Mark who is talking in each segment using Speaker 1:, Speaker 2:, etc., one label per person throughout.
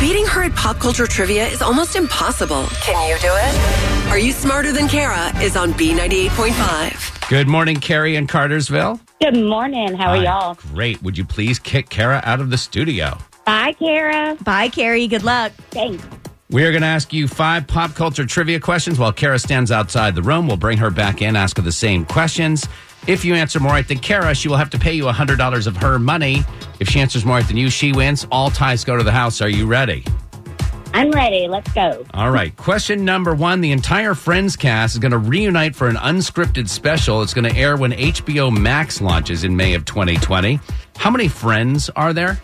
Speaker 1: Beating her at pop culture trivia is almost impossible.
Speaker 2: Can you do it?
Speaker 1: Are You Smarter Than Kara is on B98.5.
Speaker 3: Good morning, Carrie in Cartersville.
Speaker 4: Good morning. How are
Speaker 3: Hi.
Speaker 4: y'all?
Speaker 3: Great. Would you please kick Kara out of the studio?
Speaker 4: Bye, Kara.
Speaker 5: Bye, Carrie. Good luck.
Speaker 4: Thanks.
Speaker 3: We are going to ask you five pop culture trivia questions while Kara stands outside the room. We'll bring her back in, ask her the same questions. If you answer more right than Kara, she will have to pay you $100 of her money. If she answers more right than you, she wins. All ties go to the house. Are you ready?
Speaker 4: I'm ready. Let's go.
Speaker 3: All right. Question number one The entire Friends cast is going to reunite for an unscripted special. It's going to air when HBO Max launches in May of 2020. How many friends are there?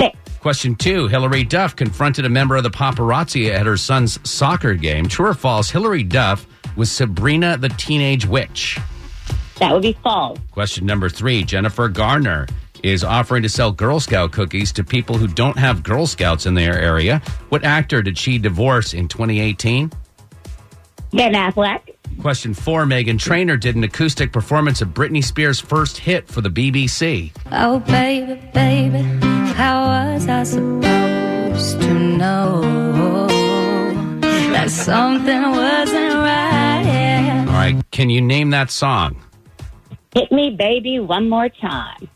Speaker 4: Six.
Speaker 3: Question two Hillary Duff confronted a member of the paparazzi at her son's soccer game. True or false? Hillary Duff was Sabrina the Teenage Witch.
Speaker 4: That would be false.
Speaker 3: Question number three Jennifer Garner is offering to sell Girl Scout cookies to people who don't have Girl Scouts in their area. What actor did she divorce in 2018?
Speaker 4: Ben Affleck.
Speaker 3: Question four Megan Trainor did an acoustic performance of Britney Spears' first hit for the BBC.
Speaker 6: Oh, baby, baby, how was I supposed to know that something wasn't right? Yeah.
Speaker 3: All right, can you name that song?
Speaker 4: Hit me, baby, one more time.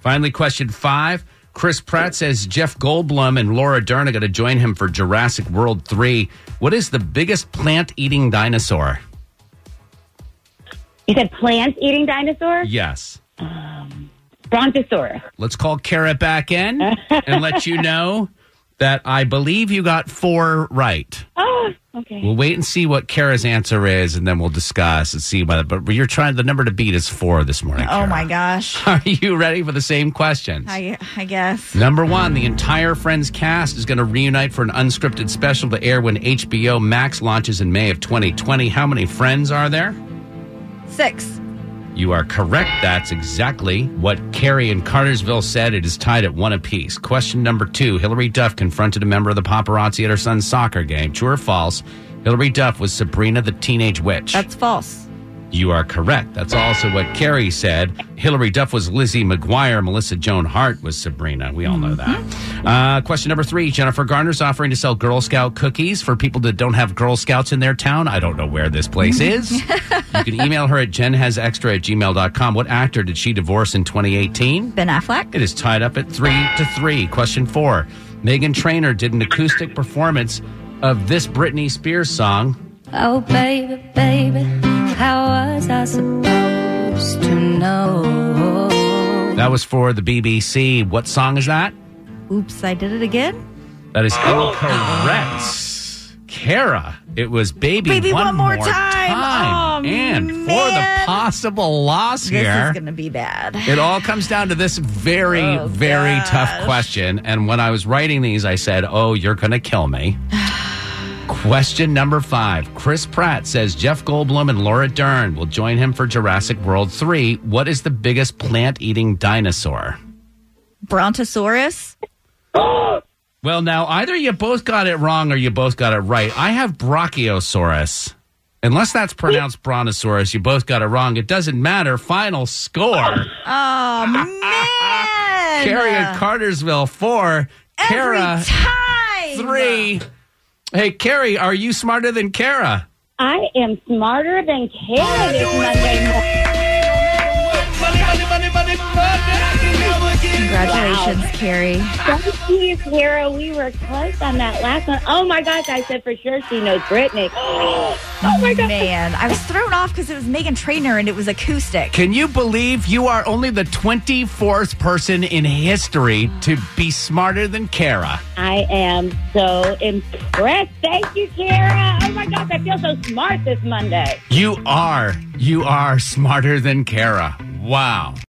Speaker 3: Finally, question five. Chris Pratt says Jeff Goldblum and Laura Dern are going to join him for Jurassic World 3. What is the biggest plant eating dinosaur?
Speaker 4: You said plant eating dinosaur?
Speaker 3: Yes.
Speaker 4: Brontosaurus.
Speaker 3: Let's call Kara back in and let you know that I believe you got four right.
Speaker 4: Oh, okay.
Speaker 3: We'll wait and see what Kara's answer is, and then we'll discuss and see about it. But you're trying the number to beat is four this morning.
Speaker 5: Oh,
Speaker 3: Kara.
Speaker 5: my gosh.
Speaker 3: Are you ready for the same questions?
Speaker 5: I, I guess.
Speaker 3: Number one, the entire Friends cast is going to reunite for an unscripted special to air when HBO Max launches in May of 2020. How many friends are there?
Speaker 5: Six.
Speaker 3: You are correct. That's exactly what Carrie in Cartersville said. It is tied at one apiece. Question number two Hillary Duff confronted a member of the paparazzi at her son's soccer game. True or false? Hillary Duff was Sabrina the Teenage Witch.
Speaker 5: That's false.
Speaker 3: You are correct. That's also what Carrie said. Hillary Duff was Lizzie McGuire. Melissa Joan Hart was Sabrina. We all know that. Uh, question number three Jennifer Garner's offering to sell Girl Scout cookies for people that don't have Girl Scouts in their town. I don't know where this place is. you can email her at jenhasextra at gmail.com. What actor did she divorce in 2018?
Speaker 5: Ben Affleck.
Speaker 3: It is tied up at three to three. Question four Megan Trainor did an acoustic performance of this Britney Spears song.
Speaker 6: Oh, baby, baby, how was I supposed to know?
Speaker 3: That was for the BBC. What song is that?
Speaker 5: Oops, I did it again.
Speaker 3: That is incorrect. Kara, it was baby,
Speaker 5: Baby One More Time.
Speaker 3: time.
Speaker 5: Oh,
Speaker 3: and for the
Speaker 5: man.
Speaker 3: possible loss
Speaker 5: This
Speaker 3: here,
Speaker 5: is going to be bad.
Speaker 3: it all comes down to this very,
Speaker 5: Oh,
Speaker 3: very tough question. And when I was writing these, I said, Oh, you're going to kill me. question number five Chris Pratt says Jeff Goldblum and Laura Dern will join him for Jurassic World 3. What is the biggest plant eating dinosaur?
Speaker 5: Brontosaurus.
Speaker 3: Well, now either you both got it wrong or you both got it right. I have Brachiosaurus. Unless that's pronounced Brontosaurus, you both got it wrong. It doesn't matter. Final score.
Speaker 5: Oh, man.
Speaker 3: Carrie and Cartersville, four.
Speaker 5: Every
Speaker 3: Kara,
Speaker 5: time.
Speaker 3: three. Hey, Carrie, are you smarter than Kara?
Speaker 4: I am smarter than Kara this Monday morning.
Speaker 5: Congratulations, Carrie.
Speaker 3: Oh
Speaker 4: Thank you, Kara. We were close on that last one. Oh, my gosh. I said for sure she knows Britney. Oh, my gosh.
Speaker 5: Man, I was thrown off because it was Megan Trainor and it was acoustic.
Speaker 3: Can you believe you are only the 24th person in history to be smarter than Kara?
Speaker 4: I am so impressed. Thank you, Kara. Oh, my gosh. I feel so smart this Monday.
Speaker 3: You are. You are smarter than Kara. Wow.